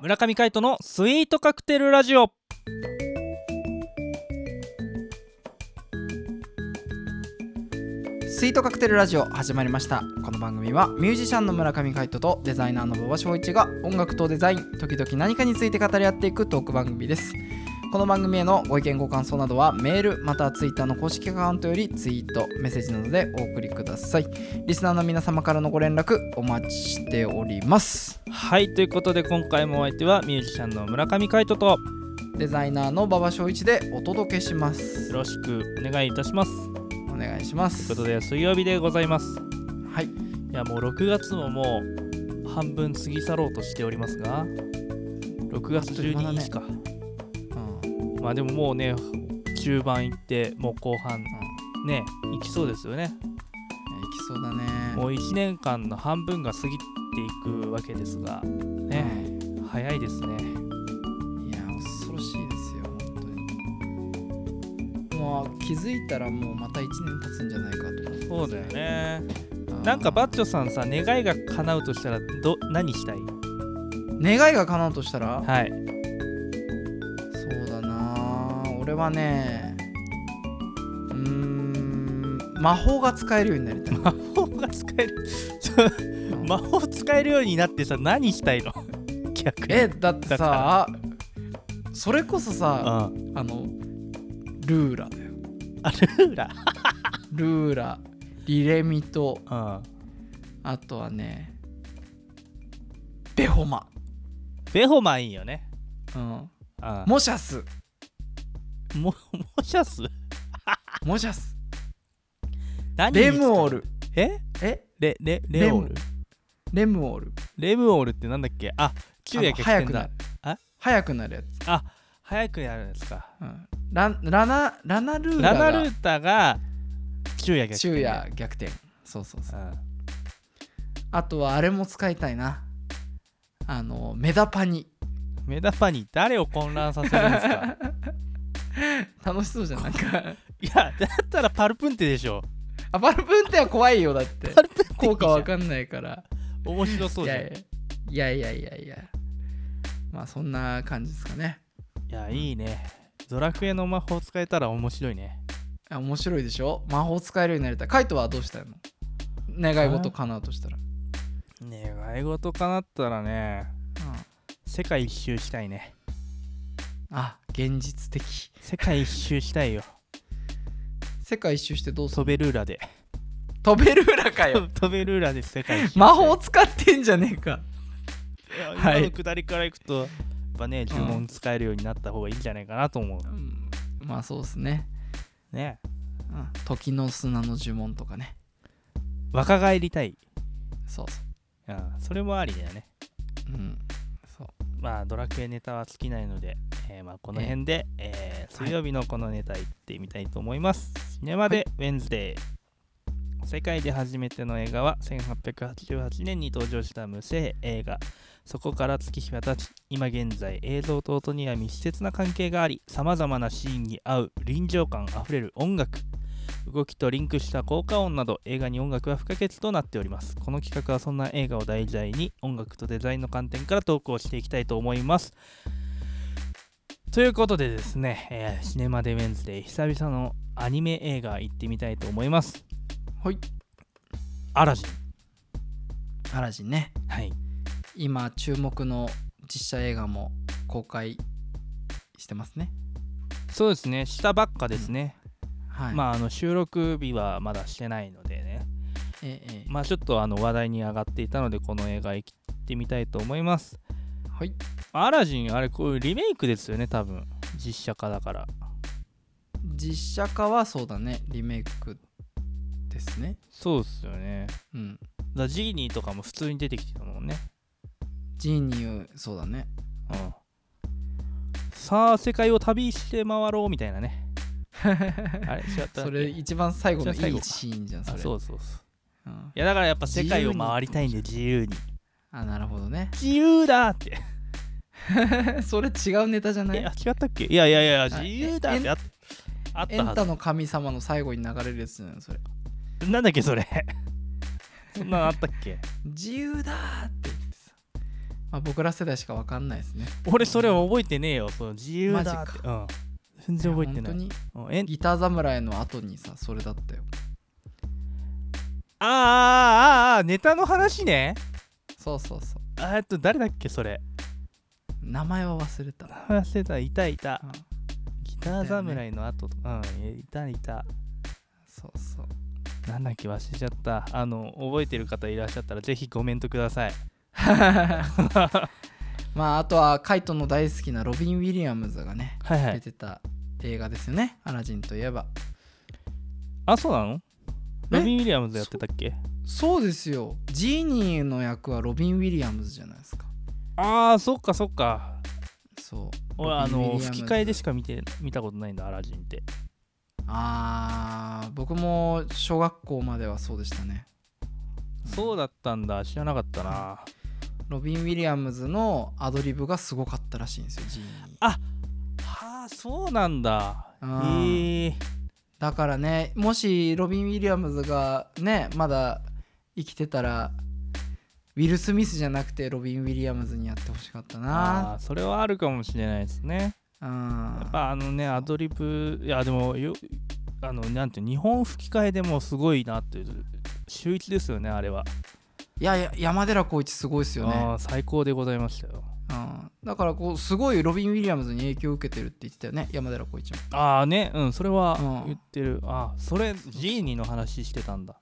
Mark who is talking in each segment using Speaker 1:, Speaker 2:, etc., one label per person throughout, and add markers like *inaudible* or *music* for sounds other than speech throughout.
Speaker 1: 村上海人のスイートカクテルラジオ
Speaker 2: スイートカクテルラジオ始まりましたこの番組はミュージシャンの村上海人とデザイナーの馬場翔一が音楽とデザイン時々何かについて語り合っていくトーク番組ですこの番組へのご意見ご感想などはメールまたはツイッターの公式アカウントよりツイートメッセージなどでお送りくださいリスナーの皆様からのご連絡お待ちしております
Speaker 1: はいということで今回もお相手はミュージシャンの村上海人とよ
Speaker 2: デザイナーの馬場翔一でお届けします
Speaker 1: ろしくお願いいたします
Speaker 2: お願いしま
Speaker 1: という
Speaker 2: す
Speaker 1: ことで水曜日でございます
Speaker 2: はい
Speaker 1: いやもう6月ももう半分過ぎ去ろうとしておりますが6月12日かま,、
Speaker 2: うん
Speaker 1: あでももうね中盤行ってもう後半ね行きそうですよね
Speaker 2: いきそうだね
Speaker 1: もう1年間の半分が過ぎていくわけですがね早いですね
Speaker 2: いや恐ろしいですよ本当にもう気づいたらもうまた1年経つんじゃないかと
Speaker 1: そ
Speaker 2: 思
Speaker 1: う
Speaker 2: っ
Speaker 1: だ
Speaker 2: て
Speaker 1: よ
Speaker 2: ます
Speaker 1: ねなんかバッチョさんさ願いが叶うとしたらど何したい
Speaker 2: 願いが叶うとしたら
Speaker 1: はい
Speaker 2: そうだな俺はねうーん魔法が使えるように
Speaker 1: *laughs*
Speaker 2: なりたい
Speaker 1: *laughs* 魔法が使える *laughs* 魔法使えるようになってさ何したいの *laughs* 逆に
Speaker 2: えだってさそれこそ
Speaker 1: うん
Speaker 2: さあ
Speaker 1: あ *laughs*
Speaker 2: のルーラだよ
Speaker 1: ルーラ
Speaker 2: ルーラリレミと
Speaker 1: うん
Speaker 2: あとはねベホマ、
Speaker 1: ベホマンいいよね
Speaker 2: うん、
Speaker 1: うん
Speaker 2: モシャス
Speaker 1: もモシャス
Speaker 2: モジャス
Speaker 1: 何
Speaker 2: レムオー
Speaker 1: ル
Speaker 2: ル
Speaker 1: え
Speaker 2: え
Speaker 1: レレレオール
Speaker 2: レムオール
Speaker 1: レムオールってなんだっけあ昼夜
Speaker 2: あの
Speaker 1: 逆
Speaker 2: 早
Speaker 1: 転
Speaker 2: くな
Speaker 1: だ
Speaker 2: る
Speaker 1: あ
Speaker 2: 早くなるやつ、
Speaker 1: あ早くやるんですか
Speaker 2: うん、ララナラナルーラ
Speaker 1: ラ
Speaker 2: が
Speaker 1: ナルータが昼夜逆転
Speaker 2: 昼夜逆転そうそうそううんあとはあれも使いたいなあのメダパニ
Speaker 1: メダパニ誰を混乱させるんです
Speaker 2: *laughs*
Speaker 1: か
Speaker 2: 楽しそうじゃんないか
Speaker 1: いやだったらパルプンテでしょ
Speaker 2: あバルブンテは怖いよだって
Speaker 1: パルプンテいいじゃん
Speaker 2: *laughs* 効果わかんないから
Speaker 1: 面白そう
Speaker 2: い
Speaker 1: じゃん
Speaker 2: やいやいやいやいやまあそんな感じですかね
Speaker 1: いやいいねドラクエの魔法使えたら面白いね
Speaker 2: あ面白いでしょ魔法使えるようになりたいカイトはどうしたいの願い事叶うとしたら、
Speaker 1: 願い事かなったらね
Speaker 2: うん
Speaker 1: 世界一周したいね
Speaker 2: あ現実的
Speaker 1: 世界一周したいよ
Speaker 2: 世界一周してどうす
Speaker 1: 飛
Speaker 2: る
Speaker 1: べルー *laughs* ラで
Speaker 2: 飛べる裏かよ
Speaker 1: *laughs* 飛べルーラで世界一周 *laughs* したい
Speaker 2: 魔法使ってんじゃねえか
Speaker 1: いや
Speaker 2: はい
Speaker 1: 今の下りからいくとやっぱね呪文使えるようになった方がいいんじゃないかなと思う
Speaker 2: うんまあそうっすね、
Speaker 1: ね
Speaker 2: うん、時の砂の呪文とかね
Speaker 1: 若返りたい、
Speaker 2: そうそ
Speaker 1: うん、それもありだよね
Speaker 2: ううんそう
Speaker 1: まあドラクエネタは尽きないので、えーまあこの辺で、えー水曜日のこのネタ行ってみたいと思います。シネマでウェンズデー。世界で初めての映画は1888年に登場した無声映画。そこから月日は経ち、今現在映像と音には密接な関係があり、さまざまなシーンに合う臨場感あふれる音楽。動きとリンクした効果音など映画に音楽は不可欠となっておりますこの企画はそんな映画を題材に音楽とデザインの観点から投稿していきたいと思いますということでですね、えーシネマデメンズで久々のアニメ映画行ってみたいと思います
Speaker 2: はい
Speaker 1: アラジン
Speaker 2: アラジンね
Speaker 1: はい
Speaker 2: 今注目の実写映画も公開してますね
Speaker 1: そうですねしたばっかですね、
Speaker 2: はい
Speaker 1: ま
Speaker 2: あ
Speaker 1: ああの収録日はまだしてないのでね
Speaker 2: ええええ
Speaker 1: まあちょっとあの話題に上がっていたのでこの映画行ってみたいと思います
Speaker 2: はい
Speaker 1: アラジンあれこういうリメイクですよね多分実写化だから
Speaker 2: 実写化はそうだねリメイクですね
Speaker 1: そうっすよね
Speaker 2: うん
Speaker 1: だジーニーとかも普通に出てきてたもんね
Speaker 2: ジーニューそうだね
Speaker 1: うんさあ世界を旅して回ろうみたいな
Speaker 2: *laughs*
Speaker 1: ねあれ違った
Speaker 2: それ一番最後のい
Speaker 1: じゃあ最後
Speaker 2: い
Speaker 1: か
Speaker 2: シーンじゃんそ
Speaker 1: あ
Speaker 2: れ
Speaker 1: そうそうそう
Speaker 2: うん
Speaker 1: いやだからやっぱ世界を
Speaker 2: 自由に
Speaker 1: 回りたいんで自由に
Speaker 2: あなるほ
Speaker 1: *laughs*
Speaker 2: どね
Speaker 1: 自由だって *laughs*
Speaker 2: それ違うネタじゃない
Speaker 1: いや違ったっけいやいやいや
Speaker 2: あ
Speaker 1: 自由だってあっあっ
Speaker 2: エ
Speaker 1: た
Speaker 2: ン
Speaker 1: は
Speaker 2: タ
Speaker 1: ず
Speaker 2: の神様の最後に流れるやつじゃないのそれ
Speaker 1: なんだっけそれそんなのあったっ
Speaker 2: *laughs*
Speaker 1: け
Speaker 2: 自由だーって言ってさ、まあ、僕ら世代しかわかんないですね
Speaker 1: 俺それ覚えてねえよその自由だ
Speaker 2: マ
Speaker 1: っ
Speaker 2: ジ
Speaker 1: て、うん、全然覚えてない
Speaker 2: 本
Speaker 1: うんエン
Speaker 2: 当 *laughs* にギター侍の後にさそれだったよ
Speaker 1: あーあーあーあーネタの話ね
Speaker 2: そうそうそう
Speaker 1: あーえっと誰だっけそれ
Speaker 2: 名前は忘れた、
Speaker 1: 話してたいたいた
Speaker 2: うん
Speaker 1: ギター侍の後とか、うんいたいた
Speaker 2: そうそう
Speaker 1: なんだっけ忘れちゃったあの覚えてる方いらっしゃったらぜひコメントくださ
Speaker 2: *laughs*
Speaker 1: い
Speaker 2: まああとはカイトの大好きなロビン・ウィリアムズがね
Speaker 1: はいは
Speaker 2: 出
Speaker 1: い
Speaker 2: てた映画ですよね、アラジンといえば
Speaker 1: あそうなの
Speaker 2: え
Speaker 1: ロビン・ウィリアムズやってたっけ
Speaker 2: そうですよジーニーの役はロビン・ウィリアムズじゃないですか
Speaker 1: ああそっかそっか
Speaker 2: そう
Speaker 1: 俺あ
Speaker 2: ロビンウィリア
Speaker 1: の
Speaker 2: ムズ
Speaker 1: 吹き替えでしか見て見たことないんだアラジンって
Speaker 2: あー僕も小学校まではそうでしたね
Speaker 1: そうだったんだ知らなかったな
Speaker 2: ロビン・ウィリアムズのアドリブがすごかったらしいんですよジーニー
Speaker 1: はあそうなんだ
Speaker 2: う
Speaker 1: へ
Speaker 2: ん
Speaker 1: え
Speaker 2: だからねもしロビン・ウィリアムズがねまだ生きてたらウィル・スミスじゃなくてロビン・ウィリアムズにやってほしかった
Speaker 1: あ
Speaker 2: な
Speaker 1: あそれはあるかもしれないですね
Speaker 2: うん
Speaker 1: やっぱあのねアドリブいやでもよあのなんて日本吹き替えでもすごいなっていう秀逸ですよねあれは、
Speaker 2: いやいや山寺宏一すごいですよね、
Speaker 1: あー最高でございましたよ
Speaker 2: うん、だからこうすごいロビン・ウィリアムズに影響を受けてるって言ってたよね山寺宏一も
Speaker 1: ああねうんそれは
Speaker 2: うん
Speaker 1: 言ってる、ああそれジーニーの話してたんだ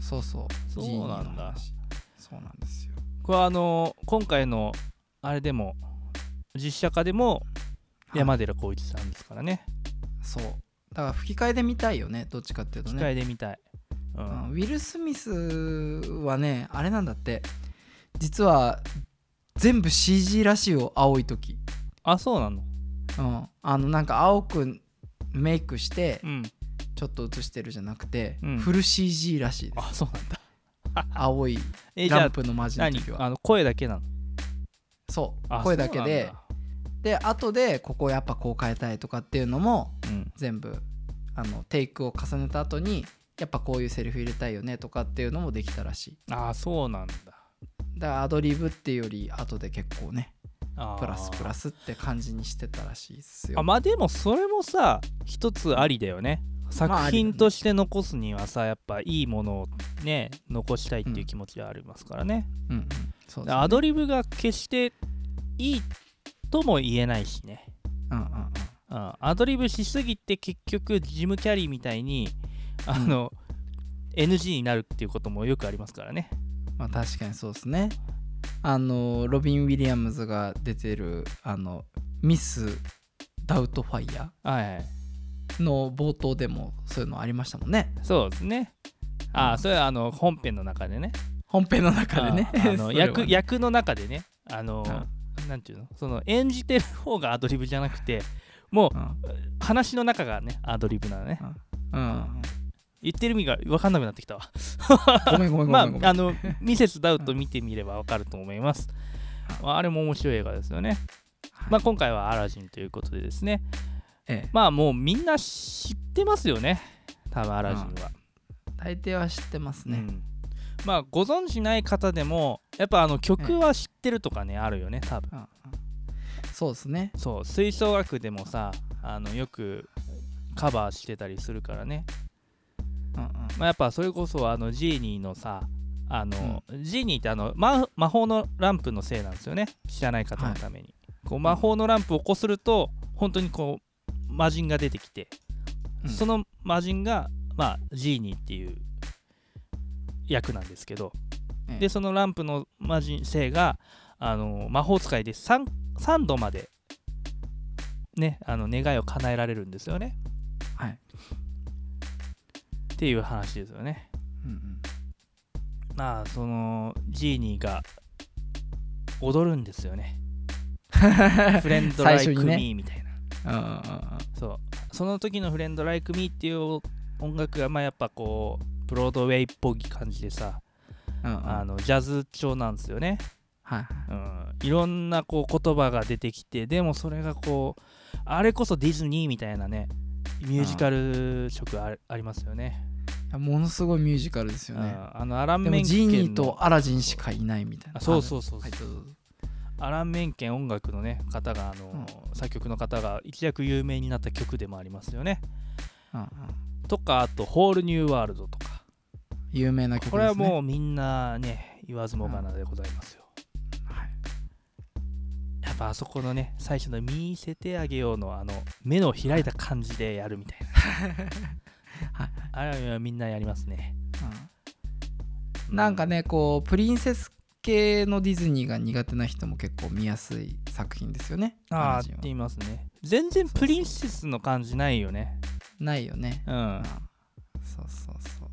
Speaker 2: そうそう
Speaker 1: そう
Speaker 2: ジーニーの
Speaker 1: なんだ
Speaker 2: 話そうなんですよ
Speaker 1: これはあの今回のあれでも実写化でも
Speaker 2: はい
Speaker 1: 山寺宏一さんですからね、
Speaker 2: そうだから吹き替えで見たいよねどっちかっていうと
Speaker 1: 吹き替
Speaker 2: ね、
Speaker 1: えで見たい、う
Speaker 2: うんんウィル・スミスはねあれなんだって実は全部 CG らしいよ青い時、
Speaker 1: あそうなの
Speaker 2: うん、あのなんか青くメイクして
Speaker 1: うん
Speaker 2: ちょっと映してるじゃなくて、
Speaker 1: うん
Speaker 2: フル CG らしいで
Speaker 1: あ
Speaker 2: す
Speaker 1: そうなんだ
Speaker 2: 青い
Speaker 1: えじゃ
Speaker 2: ラン
Speaker 1: あ
Speaker 2: プのマジの
Speaker 1: 何
Speaker 2: 時は
Speaker 1: あの声だけなの
Speaker 2: そう
Speaker 1: あ
Speaker 2: 声だけ
Speaker 1: そ
Speaker 2: で
Speaker 1: うなんだ
Speaker 2: で後でここやっぱこう変えたいとかっていうのも
Speaker 1: うん
Speaker 2: 全部あのテイクを重ねた後にやっぱこういうセリフ入れたいよねとかっていうのもできたらしい
Speaker 1: ああそうなんだ
Speaker 2: だからアドリブっていうより後で結構ね
Speaker 1: あー
Speaker 2: プラスプラスって感じにしてたらしいっすよ
Speaker 1: あまあでもそれもさ一つありだよね作
Speaker 2: まあありだ
Speaker 1: 品
Speaker 2: ね
Speaker 1: として残すにはさやっぱいいものをね残したいっていう気持ちはありますからね、
Speaker 2: うんうんそうですね
Speaker 1: アドリブが決していいとも言えないしね、
Speaker 2: うんうんうん
Speaker 1: うん、アドリブしすぎて結局ジム・キャリーみたいにあの、NG になるっていうこともよくありますからね
Speaker 2: まあ確かにそうですねあのロビン・ウィリアムズが出てるあのミス・ダウト・ファイヤ
Speaker 1: はい、はい、
Speaker 2: ーの冒頭でもそういうのありましたもんね
Speaker 1: そうですねああそれはあの本編の中でね
Speaker 2: 本編の中でね
Speaker 1: あーあの
Speaker 2: *laughs* それはね
Speaker 1: 役役の中でねあの、なんていうのその演じてる方がアドリブじゃなくても
Speaker 2: うん
Speaker 1: う話の中がねアドリブなのね
Speaker 2: うんうん
Speaker 1: 言ってる意味が分かんなくなってきたわ
Speaker 2: *laughs* ごめんごめんごめんごめん
Speaker 1: まあ
Speaker 2: *laughs*
Speaker 1: あのミセスダウト見てみれば分かると思いますまああれも面白い映画ですよね、
Speaker 2: はい
Speaker 1: まあ、今回は「アラジン」ということでですね
Speaker 2: ええ
Speaker 1: まあもうみんな知ってますよね多分アラジンは、
Speaker 2: 大抵は知ってますね、
Speaker 1: うんまあご存知ない方でもやっぱあの曲は知ってるとかねあるよね多分
Speaker 2: うんうんそうですね
Speaker 1: そう吹奏楽でもさあのよくカバーしてたりするからね、
Speaker 2: うんうん
Speaker 1: まあ、やっぱそれこそあのジーニーのさあの、ジーニーってあの、ま、魔法のランプのせいなんですよね知らない方のために、こう魔法のランプをこすると本当にこう魔人が出てきて、
Speaker 2: うん
Speaker 1: その魔人が、まあ、ジーニーっていう役なんですけど、
Speaker 2: ええ
Speaker 1: でそのランプの魔人性があの魔法使いで 3, 3度までねあの願いを叶えられるんですよね
Speaker 2: はい、
Speaker 1: っていう話ですよね
Speaker 2: うんうん、
Speaker 1: まあそのジーニーが踊るんですよ
Speaker 2: *laughs*
Speaker 1: ねフレンドラ
Speaker 2: 最
Speaker 1: イク
Speaker 2: 初にね
Speaker 1: ミーみたいな、
Speaker 2: うんうんうん
Speaker 1: そうその時のフレンドライクミーっていう音楽がまあやっぱこうブロードウェイっぽい感じでさ、
Speaker 2: うんうん
Speaker 1: あのジャズ調なんですよね
Speaker 2: はい
Speaker 1: うんいろんなこう言葉が出てきてでもそれがこうあれこそディズニーみたいなねミュージカル色あありますよね。
Speaker 2: やものすごいミュージカルですよね
Speaker 1: ああのアラン
Speaker 2: で
Speaker 1: メ
Speaker 2: も
Speaker 1: ン
Speaker 2: ジーニーと
Speaker 1: の
Speaker 2: アラジンしかいないみたいな
Speaker 1: あそうそうそうそう
Speaker 2: はいどうぞどうぞ
Speaker 1: アランメンケン音楽のね方があの、作曲の方が一躍有名になった曲でもありますよね。
Speaker 2: うんうん
Speaker 1: とかあと「ホールニューワールド」とか、
Speaker 2: 有名な曲です
Speaker 1: こ
Speaker 2: ね
Speaker 1: れはもうみんなね言わずもがなでございますよ。
Speaker 2: はい
Speaker 1: やっぱあそこのね最初の「見せてあげようの」あの目の開いた感じでやるみたい
Speaker 2: *laughs*
Speaker 1: な。
Speaker 2: はい
Speaker 1: あれはみんなやりますね。
Speaker 2: うんなんかねこうプリンセス系のディズニーが苦手な人も結構見やすい作品ですよねア
Speaker 1: ああ
Speaker 2: ラ
Speaker 1: っ
Speaker 2: ジン
Speaker 1: て
Speaker 2: は
Speaker 1: 言いますね。全然プリンセスの感じないよね。
Speaker 2: ないよね、
Speaker 1: うん
Speaker 2: うん。そうそうそう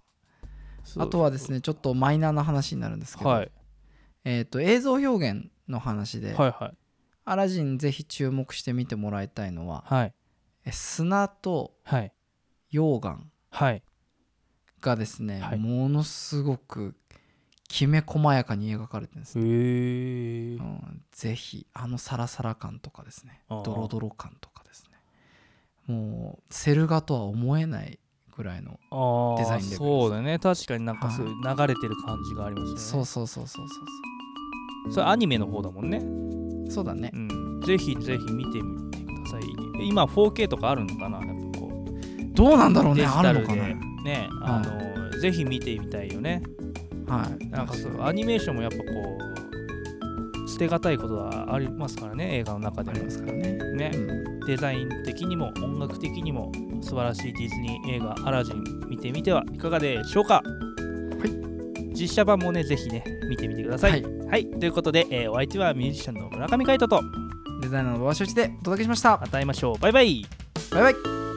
Speaker 1: そう
Speaker 2: あとはですねちょっとマイナーな話になるんですけど、
Speaker 1: はい
Speaker 2: えー、と映像表現の話で、
Speaker 1: はいはい
Speaker 2: アラジンぜひ注目して見てもらいたいのは
Speaker 1: はい
Speaker 2: え砂と
Speaker 1: はい
Speaker 2: 溶岩
Speaker 1: はい
Speaker 2: がですね、
Speaker 1: はい
Speaker 2: ものすごくきめ細やかに描かれてるんです、
Speaker 1: へえ
Speaker 2: うん、ぜひあのサラサラ感とかですね
Speaker 1: あー
Speaker 2: ドロドロ感とかですねもうセル画とは思えないぐらいの、
Speaker 1: あ
Speaker 2: デ
Speaker 1: あ
Speaker 2: ザインレベルです
Speaker 1: そうだね確かになんか
Speaker 2: はい
Speaker 1: そういう流れてる感じがありますよね
Speaker 2: そうそうそうそうそう
Speaker 1: それアニメの方だもんね
Speaker 2: そうそうだね
Speaker 1: うんぜひぜひ見てみてください今 4K とかあるのかなやっぱこう
Speaker 2: どうなんだろうね
Speaker 1: デジタ
Speaker 2: ある
Speaker 1: ル
Speaker 2: の
Speaker 1: で
Speaker 2: かな
Speaker 1: ねあのぜひ見てみたいよね
Speaker 2: はい
Speaker 1: なんかそう
Speaker 2: 確
Speaker 1: ア
Speaker 2: に
Speaker 1: ニメーションもやっぱこう捨てがたいことはありますからね映画の中
Speaker 2: あ
Speaker 1: で
Speaker 2: り
Speaker 1: も
Speaker 2: ますからね、
Speaker 1: ね
Speaker 2: うん
Speaker 1: デザイン的にも音楽的にも素晴らしいディズニー映画「アラジン」見てみてはいかがでしょうか、実写版もねぜひね見てみてください、
Speaker 2: は
Speaker 1: はいいということで、えーお相手はミュージシャンの村上海人と
Speaker 2: デザイナーの馬場所一でお届けしまし
Speaker 1: ま
Speaker 2: た
Speaker 1: た会いましょうバイバイ
Speaker 2: バイバイ